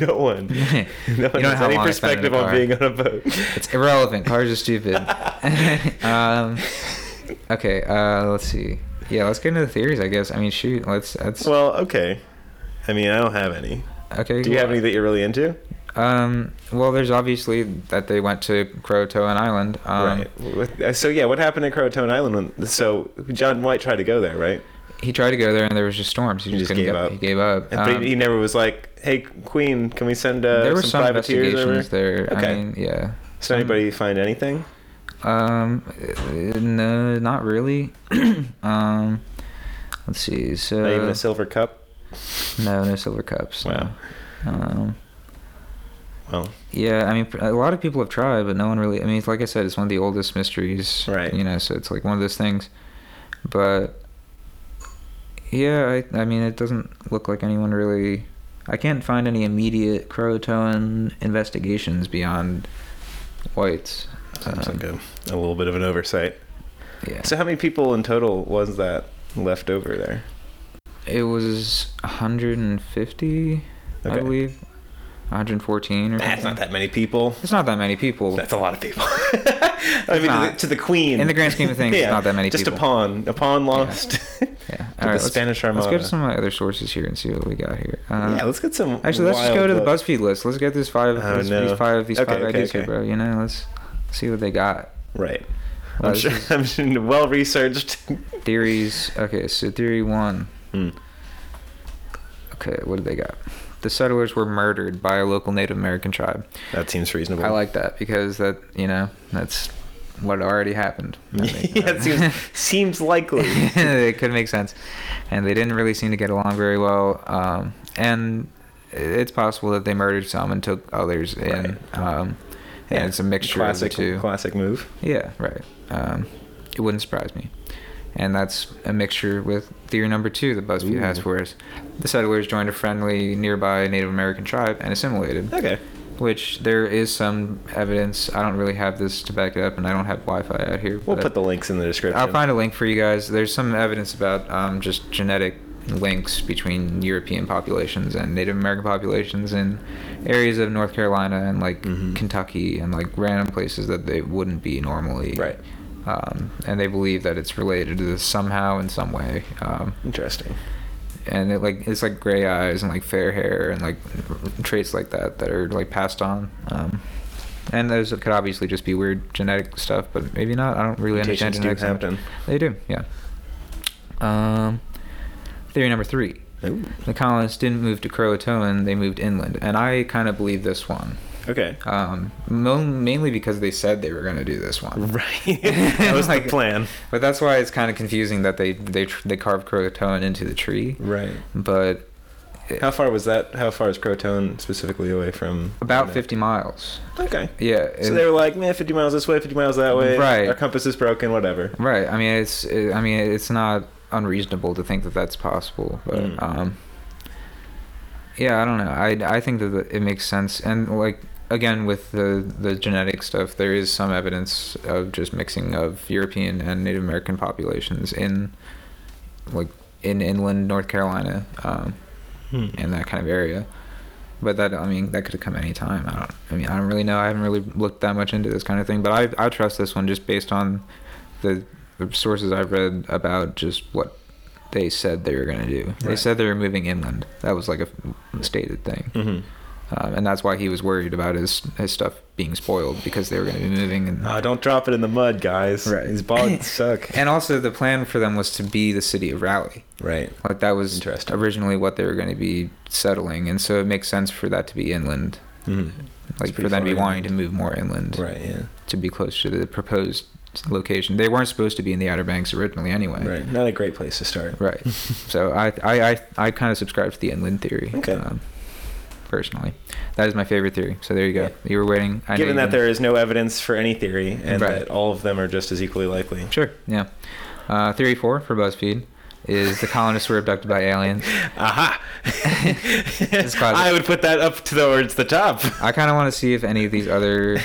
B: no one. No one
A: You don't know
B: has
A: how
B: any
A: long I spent in a
B: perspective on
A: car.
B: being on a boat.
A: It's irrelevant. Cars are stupid. um, okay, uh, let's see. Yeah, let's get into the theories, I guess. I mean, shoot, let's. That's
B: Well, okay. I mean, I don't have any.
A: okay.
B: Do you have any that you're really into?
A: Um, well, there's obviously that they went to Croatoan Island. Um,
B: right. What- uh, So yeah, what happened at Croatoan Island? When, so John White tried to go there, right?
A: He tried to go there, and there was just storms. He,
B: He
A: just,
B: just
A: couldn't
B: gave
A: go.
B: up.
A: He gave up.
B: And- but
A: Um,
B: he never was like, "Hey, Queen, can we send uh,
A: there were
B: some,
A: some
B: privateers over?"
A: investigations there.
B: Okay.
A: I mean, yeah.
B: so anybody find anything?
A: Um, uh, no, not really. um, let's see. So
B: Not even a silver cup.
A: no, no silver cups. Uh, no.
B: Wow.
A: Um.
B: Well,
A: Yeah, I mean, a lot of people have tried, but no one really. I mean, it's like I said, it's one of the oldest mysteries,
B: Right.
A: You know, so it's like one of those things. But yeah, I, I mean, it doesn't look like anyone really. I can't find any immediate Croatoan investigations beyond whites.
B: seems
A: Um,
B: like a, a little bit of an oversight.
A: yeah,
B: So how many people in total was that left over there?
A: it was 150, I
B: Okay.
A: believe, 114 or
B: That's
A: something.
B: not that many people.
A: It's not that many people.
B: That's a lot of people. I mean, to the,
A: not.
B: to the queen.
A: In the grand scheme of things, it's not that many
B: just
A: people.
B: a pawn. A pawn lost.
A: Yeah.
B: to
A: All right,
B: the
A: let's-
B: Spanish Armada.
A: Let's go to some of my other sources here and see what we got here. Uh,
B: yeah, let's get some.
A: Actually, let's just
B: wild
A: go to the
B: look.
A: BuzzFeed list. Let's get these five,
B: Oh,
A: these,
B: no.
A: these five, these
B: Okay,
A: five
B: okay,
A: ideas here,
B: okay.
A: bro. You know, let's see what they got.
B: Right.
A: Wow,
B: I'm
A: Oh, this
B: sure.
A: is-
B: I'm sure well researched.
A: Theories. Okay, so theory one.
B: Hmm.
A: Okay, what do they got? The settlers were murdered by a local Native American tribe.
B: That seems reasonable.
A: I like that because that you know that's what already happened.
B: yeah, it seems seems likely.
A: it could make sense. And they didn't really seem to get along very well. Um, and it's possible that they murdered some and took others in. Um, and it's a mixture
B: classic,
A: of the two.
B: Classic move.
A: Yeah, right. Um, it wouldn't surprise me. And that's a mixture with theory number two that BuzzFeed has
B: Ooh.
A: for us. The settlers joined a friendly nearby Native American tribe and assimilated
B: Okay.
A: which there is some evidence. I don't really have this to back it up, and I don't have Wi-Fi out here.
B: We'll
A: but
B: put the links in the description.
A: I'll find a link for you guys. There's some evidence about um, just genetic links between European populations and Native American populations in areas of North Carolina and like
B: Mhm.
A: Kentucky and like random places that they wouldn't be normally.
B: Right.
A: Um, and they believe that it's related to this somehow in some way. Um,
B: Interesting.
A: and it like it's like gray eyes and like fair hair and like traits like that that are like passed on um and those could obviously just be weird genetic stuff but maybe not i don't really understand
B: Mutations
A: genetics
B: do
A: that much.
B: happen.
A: they do yeah um theory number three
B: Ooh.
A: the colonists didn't move to croatoan they moved inland and i kind of believe this one
B: Okay.
A: Um, mo- mainly because they said they were going to do this one.
B: Right. that was
A: Like-
B: the plan.
A: But that's why it's kind of confusing that they they tr- they carved Croatoan into the tree.
B: Right.
A: But
B: How far was that? How far is Crotone specifically away from?
A: about
B: Internet?
A: 50 miles.
B: Okay.
A: Yeah.
B: So
A: it-
B: they were like, man, 50 miles this way, 50 miles that way.
A: Right.
B: Our compass is broken, whatever.
A: Right. I mean, it's. It, I mean, it's not unreasonable to think that that's possible. But
B: Mm.
A: um, yeah, I don't know. I I think that the- it makes sense. And like again with the the genetic stuff, there is some evidence of just mixing of European and Native American populations in like in inland North Carolina um, and that kind of area. But that I mean that could have come any time. I don't. I mean I don't really know. I haven't really looked that much into this kind of thing. But I I trust this one just based on the, the sources I've read about just what they said they were going to do. They
B: Right.
A: said they were moving inland. That was like a stated thing,
B: hmm
A: um, and that's why he was worried about his his stuff being spoiled because they were going to be moving. And
B: Oh, don't drop it in the mud, guys.
A: Right.
B: These bogs suck.
A: and also the plan for them was to be the city of Raleigh.
B: Right.
A: Like that was
B: Interesting.
A: originally what they were going to be settling, and so it makes sense for that to be inland.
B: hmm
A: like for
B: pretty
A: them to be
B: far
A: wanting to move more inland
B: Right. Yeah.
A: to be close to the proposed location. They weren't supposed to be in the Outer Banks originally, anyway.
B: Right. Not a great place to start.
A: Right. so I I I, I kind of subscribe to the inland theory. um,
B: Okay.
A: personally, that is my favorite theory. So there you go.
B: Yeah.
A: You were waiting. I know you
B: Given that
A: didn't-
B: there is no evidence for any theory, and
A: Right.
B: that all of them are just as equally likely.
A: Sure. Yeah. Uh, theory four for BuzzFeed is the colonists were abducted by aliens.
B: Aha!
A: It's classic.
B: I would put that up towards the top.
A: I kind of want to see if any of these other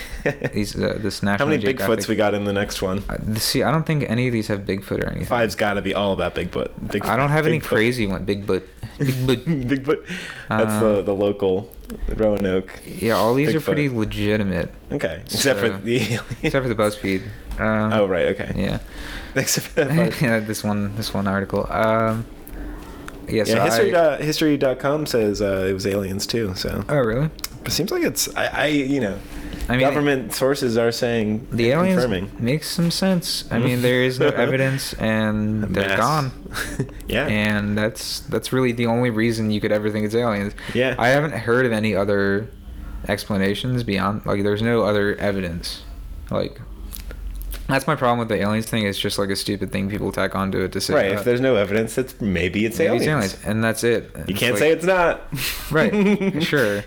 A: these uh, this
B: How
A: national.
B: many
A: Geographic-
B: Bigfoots we got in the next one?
A: Uh, see, I don't think any of these have Bigfoot or anything.
B: Five's got to be all about Bigfoot. Big,
A: I don't have any
B: Bigfoot.
A: crazy one. Bigfoot. Bigfoot.
B: Bigfoot. That's the, the local Roanoke.
A: Uh, Yeah, all these are
B: Bigfoot.
A: pretty legitimate,
B: Okay. Except
A: So-
B: for the.
A: except for the BuzzFeed. Um,
B: oh, right. Okay.
A: Yeah.
B: Except for that part.
A: yeah, this one, this one article. Um, yeah, so
B: yeah, history.
A: I,
B: dot history.com says uh, it was aliens too. So
A: Oh, really?
B: it seems like it's I, I you know,
A: I mean,
B: government sources are saying
A: The
B: and
A: aliens
B: confirming.
A: makes some sense. I mean, there is no evidence, and
B: A
A: they're
B: mess.
A: gone.
B: yeah.
A: And that's that's really the only reason you could ever think it's aliens.
B: Yeah.
A: I haven't heard of any other explanations beyond like there's no other evidence. Like that's my problem with the aliens thing. It's just like a stupid thing people tack onto it to say.
B: right.
A: uh,
B: If there's no evidence, it's maybe it's
A: maybe
B: aliens.
A: it's aliens, and that's it.
B: You can't say it's not.
A: right, sure,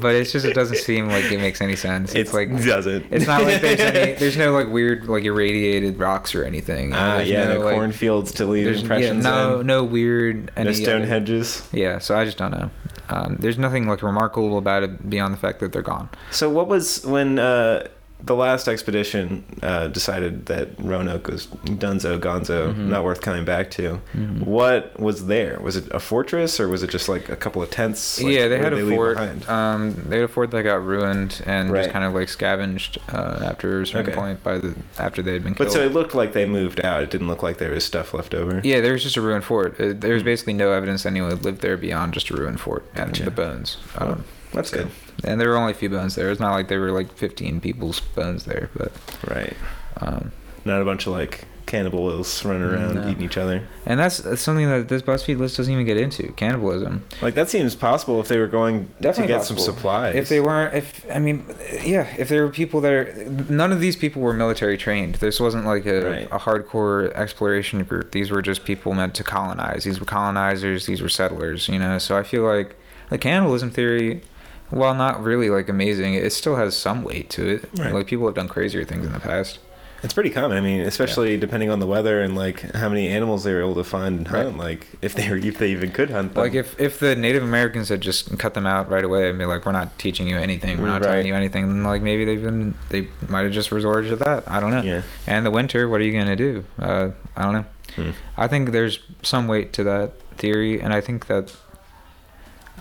A: but it's just it doesn't seem like it makes any sense. It's,
B: It's-
A: like
B: it doesn't.
A: It's not like there's any. There's no like weird like irradiated rocks or anything.
B: Ah,
A: There's
B: yeah, no,
A: like-
B: cornfields to leave
A: there's- yeah,
B: impressions.
A: no,
B: in.
A: no weird.
B: no
A: any
B: stone
A: other-
B: hedges.
A: yeah, so I just don't know. Um, there's nothing like remarkable about it beyond the fact that they're gone.
B: So what was when uh, the last expedition uh, decided that Roanoke was Dunzo Gonzo, not worth coming back to? What was there? Was it a fortress or was it just like a couple of tents? Like,
A: yeah, they
B: what
A: had
B: did
A: a
B: leave
A: fort.
B: behind?
A: Um, they had a fort that got ruined and
B: Right.
A: just kind of like scavenged uh, after a certain
B: Okay.
A: point by the after they had been
B: But
A: killed.
B: so it looked like they moved out. It didn't look like there was stuff left over.
A: yeah, there was just a ruined fort. Uh, There was basically no evidence anyone lived there beyond just a ruined fort and
B: Hmm. Gotcha.
A: the bones. Um,
B: That's good.
A: and there were only a few bones there. It's not like there were like 15 people's bones there, but
B: Right.
A: um,
B: Not a bunch of like cannibals running around
A: No.
B: eating each other.
A: and that's, that's something that this BuzzFeed list doesn't even get into cannibalism.
B: Like that seems possible if they were going to get some supplies.
A: If they weren't, if I mean, yeah, if there were people that are, none of these people were military trained. This wasn't like a,
B: Right.
A: a hardcore exploration group. These were just people meant to colonize. These were colonizers. These were settlers. You know, so I feel like the cannibalism theory, while not really like amazing, it still has some weight to it.
B: Right.
A: Like people have done crazier things in the past.
B: It's pretty common. I mean, especially depending on the weather and like how many animals they were able to find and
A: Right.
B: hunt. Like if they were, if they even could hunt them.
A: Like if if the Native Americans had just cut them out right away and be like, "We're not teaching you anything. We're not
B: Right.
A: telling you anything," then like maybe they've been they might have just resorted to that. I don't know.
B: Yeah.
A: And the winter, what are you gonna do? Uh, I don't know.
B: Hmm.
A: I think there's some weight to that theory, and I think that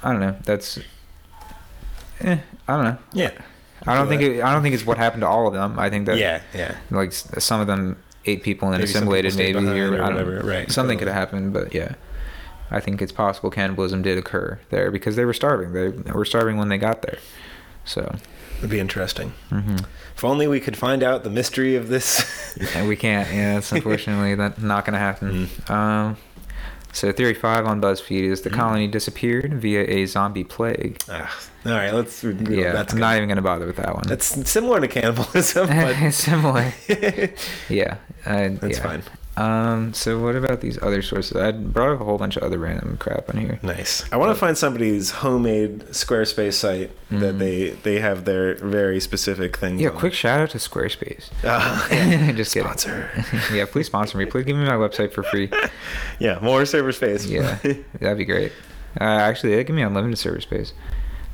A: I don't know. That's eh, I don't know.
B: yeah,
A: I don't
B: feel
A: think it, I don't think it's what happened to all of them. I think that
B: yeah, yeah.
A: like s- some of them ate people and
B: Maybe some
A: assimilated,
B: people stayed
A: maybe or,
B: behind or
A: I don't-
B: whatever, right.
A: Something could have happened, but yeah, I think it's possible cannibalism did occur there because they were starving. They were starving when they got there, so
B: It'd be interesting.
A: hmm
B: If only we could find out the mystery of this.
A: and we can't. Yeah, that's unfortunately that not gonna happen.
B: Mm.
A: Um, so theory five on BuzzFeed is the colony disappeared via a zombie plague.
B: ah, All right, let's.
A: yeah,
B: that's
A: I'm
B: good.
A: not even gonna bother with that one.
B: That's similar to cannibalism, but
A: it's similar.
B: that's
A: Yeah, I, yeah.
B: fine.
A: Um, so what about these other sources? I brought up a whole bunch of other random crap on here.
B: Nice. I want to find somebody's homemade Squarespace site that they they have their very specific thing.
A: Mm-hmm. Yeah, quick shout out to Squarespace.
B: Uh,
A: Just kidding.
B: sponsor.
A: yeah, please sponsor me. Please give me my website for free.
B: Yeah, more server space.
A: Yeah, that'd be great. Uh, actually, they give me unlimited server space.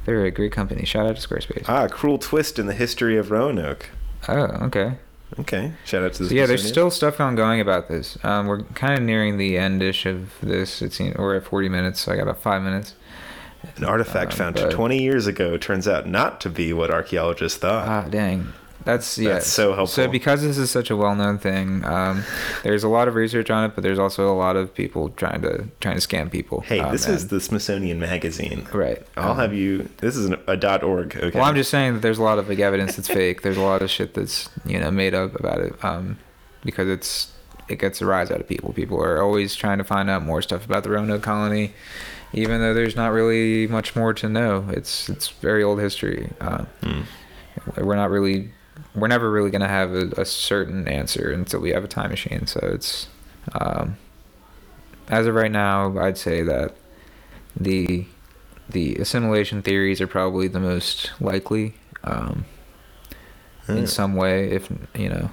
A: They're a great company. Shout out to Squarespace.
B: ah, cruel twist in the history of Roanoke.
A: oh, okay.
B: Okay. Shout out to the.
A: So yeah, there's still
B: Smithsonian.
A: stuff ongoing about this. Um, we're kind of nearing the end-ish of this. It's you know, we're at 40 minutes, so I got about five minutes.
B: An artifact
A: Um,
B: found
A: but-
B: 20 years ago turns out not to be what archaeologists thought.
A: Ah, dang. That's yeah.
B: That's so helpful.
A: So because this is such a well-known thing, um, there's a lot of research on it, but there's also a lot of people trying to trying to scam people.
B: hey,
A: Um,
B: this is
A: and-
B: the Smithsonian Magazine.
A: right.
B: I'll
A: um,
B: have you. This is an, a dot .org. Okay.
A: Well, I'm just saying that there's a lot of like evidence that's fake. There's a lot of shit that's you know made up about it, um, because it's it gets a rise out of people. People are always trying to find out more stuff about the Roanoke colony, even though there's not really much more to know. It's it's very old history. Uh,
B: Hmm.
A: we're not really we're never really gonna have a, a certain answer until we have a time machine. So it's um, as of right now, I'd say that the the assimilation theories are probably the most likely um,
B: Hmm.
A: in some way, if you know,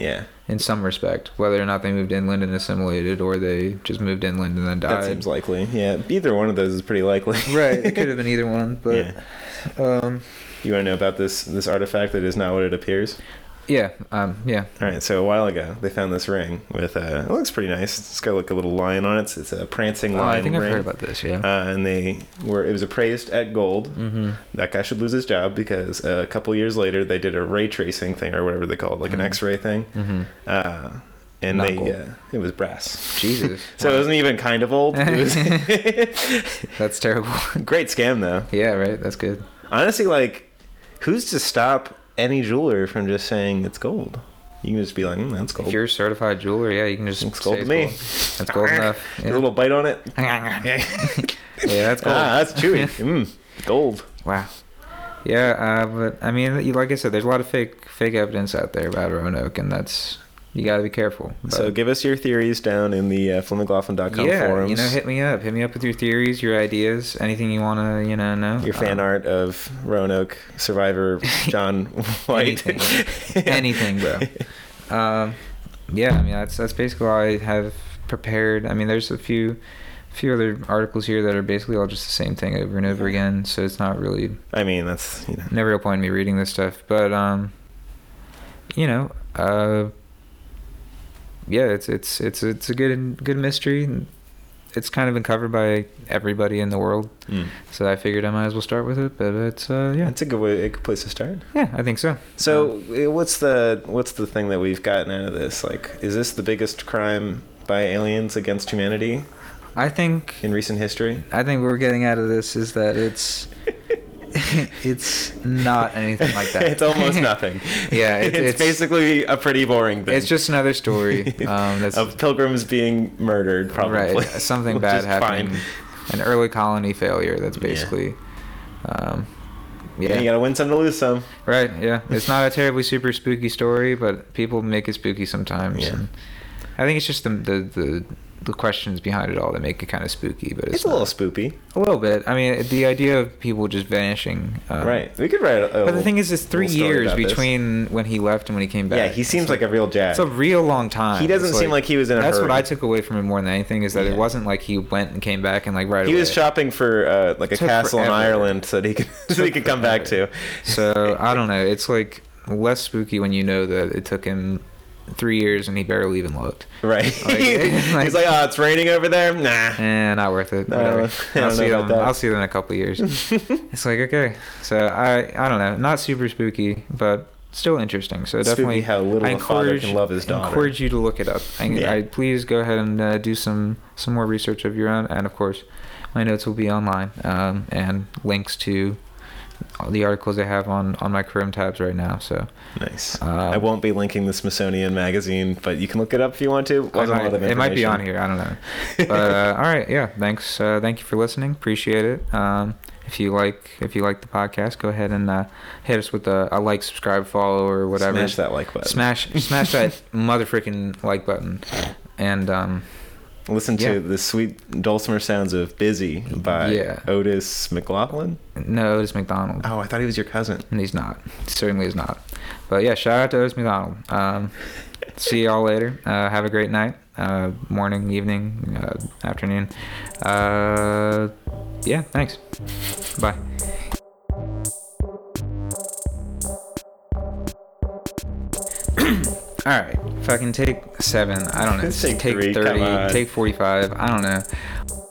B: yeah.
A: in some respect, whether or not they moved inland and assimilated, or they just moved inland and then died.
B: That seems likely. Yeah. Either one of those is pretty likely.
A: right, it could have been either one, but
B: yeah.
A: um,
B: You want to know about this this artifact that is not what it appears?
A: yeah, um, yeah,
B: All right. So a while ago, they found this ring with uh, it looks pretty nice. It's got like a little lion on it. It's, it's a prancing
A: Oh,
B: lion
A: I think
B: ring.
A: I've heard about this. Yeah.
B: uh, and they were it was appraised at gold.
A: mm-hmm.
B: That guy should lose his job because uh, a couple years later they did a ray tracing thing or whatever they call it, like an
A: Mhm.
B: X-ray thing,
A: Mm-hmm.
B: uh, and
A: Not
B: they
A: gold.
B: uh, it was brass.
A: Jesus.
B: So it wasn't even kind of old. It was
A: That's terrible.
B: great scam though.
A: yeah, right. That's good.
B: Honestly, like who's to stop any jeweler from just saying it's gold? You can just be like, mm, that's
A: If
B: gold.
A: you're a certified jeweler, yeah, you can just
B: Looks
A: say
B: gold to
A: it's
B: me.
A: gold. That's gold enough.
B: A
A: Yeah.
B: little bite on it.
A: yeah,
B: Yeah.
A: that's gold.
B: Ah, that's chewy. mm, gold.
A: Wow. Yeah, uh, but I mean, you- like I said, there's a lot of fake fake evidence out there about Roanoke, and that's you got to be careful. But,
B: So give us your theories down in the uh, flimagloffin.com
A: yeah,
B: forums.
A: you know, hit me up. Hit me up with your theories, your ideas, anything you wanna, you know, know.
B: your
A: Um,
B: fan art of Roanoke survivor John White.
A: Anything. Anything, bro. Um, yeah, I mean that's that's basically all I have prepared. I mean, there's a few, few other articles here that are basically all just the same thing over and over again. So it's not really
B: I mean, that's you know.
A: no real point in me reading this stuff. But um, you know, uh, yeah, it's it's it's it's a good good mystery. and It's kind of been covered by everybody in the world,
B: Mm.
A: so I figured I might as well start with it. But it's uh, yeah,
B: That's a good way, a good place to start.
A: yeah, I think so. Um,
B: So, eh, what's the what's the thing that we've gotten out of this? Like, is this the biggest crime by aliens against humanity
A: I think
B: in recent history?
A: I think what we're getting out of this is that it's it's not anything like that.
B: it's almost nothing.
A: Yeah, it-
B: it's,
A: it's-
B: basically a pretty boring thing.
A: It's just another story. Um, that's
B: of pilgrims being murdered, probably.
A: right. uh, Something
B: Which
A: bad
B: is
A: happening. An
B: fine.
A: early colony failure. That's
B: Yeah.
A: basically. Um,
B: Yeah. You
A: yeah.
B: gotta win some to lose some.
A: Right. Yeah. It's not a terribly super spooky story, but people make it spooky sometimes.
B: Yeah.
A: And I think it's just the the. the the questions behind it all that make it kind of spooky, but
B: It's,
A: it's,
B: a little
A: not.
B: spoopy,
A: a little bit. I mean, the idea of people just vanishing, um,
B: right? We could write. A, a
A: But the
B: little-
A: thing is, it's three
B: little story
A: years
B: about this.
A: between when he left and when he came back.
B: Yeah, he seems like a real jack.
A: It's a real long time.
B: He doesn't
A: It's
B: seem like he was in a
A: That's what
B: hurry.
A: I took away from him more than anything is that
B: Yeah.
A: it wasn't like he went and came back and like right
B: he
A: away.
B: was shopping for uh, like a
A: Took
B: castle in
A: forever.
B: Ireland so that he could so he
A: Took
B: could come back to.
A: forever. So I don't know. It's like less spooky when you know that it took him three years and he barely even looked.
B: Right.
A: Like,
B: He's like, oh, it's raining over there. Nah.
A: Eh, not worth it.
B: No,
A: Whatever.
B: I don't
A: I'll see
B: know
A: them.
B: about that.
A: I'll see them in a couple of years. it's like okay, so I I don't know, not super spooky, but still interesting. So
B: Spooky
A: definitely,
B: how little
A: I
B: a father
A: encourage
B: can love his daughter.
A: encourage you to look it up. I,
B: Yeah.
A: I please go ahead and uh, do some some more research of your own, and of course, my notes will be online um, and links to all the articles I have on on my Chrome tabs right now. So
B: Nice.
A: Um,
B: I won't be linking the Smithsonian magazine, but you can look it up if you want to. Wasn't a
A: I
B: lot of
A: might- it might be
B: information.
A: on here. I don't know. But uh, all right, yeah. Thanks. Uh, thank you for listening. Appreciate it. Um, if if you like if you like the podcast, go ahead and uh, hit us with a, a like, subscribe, follow, or whatever.
B: Smash that like button.
A: Smash smash that motherfucking like button, and um,
B: Listen to
A: Yeah.
B: the sweet dulcimer sounds of "Busy" by
A: Yeah.
B: Otis McLaughlin.
A: no, it's McDonald,
B: Oh, I thought he was your cousin.
A: and he's not. Certainly is not. But yeah, shout out to Otis McDonald. Um, see y'all later. Uh, have a great night, uh, morning, evening, uh, afternoon. Uh, yeah, thanks. Bye. All right, fucking take seven. I don't know.
B: Take
A: take
B: three, come
A: thirty.
B: on.
A: Take forty-five. I don't know.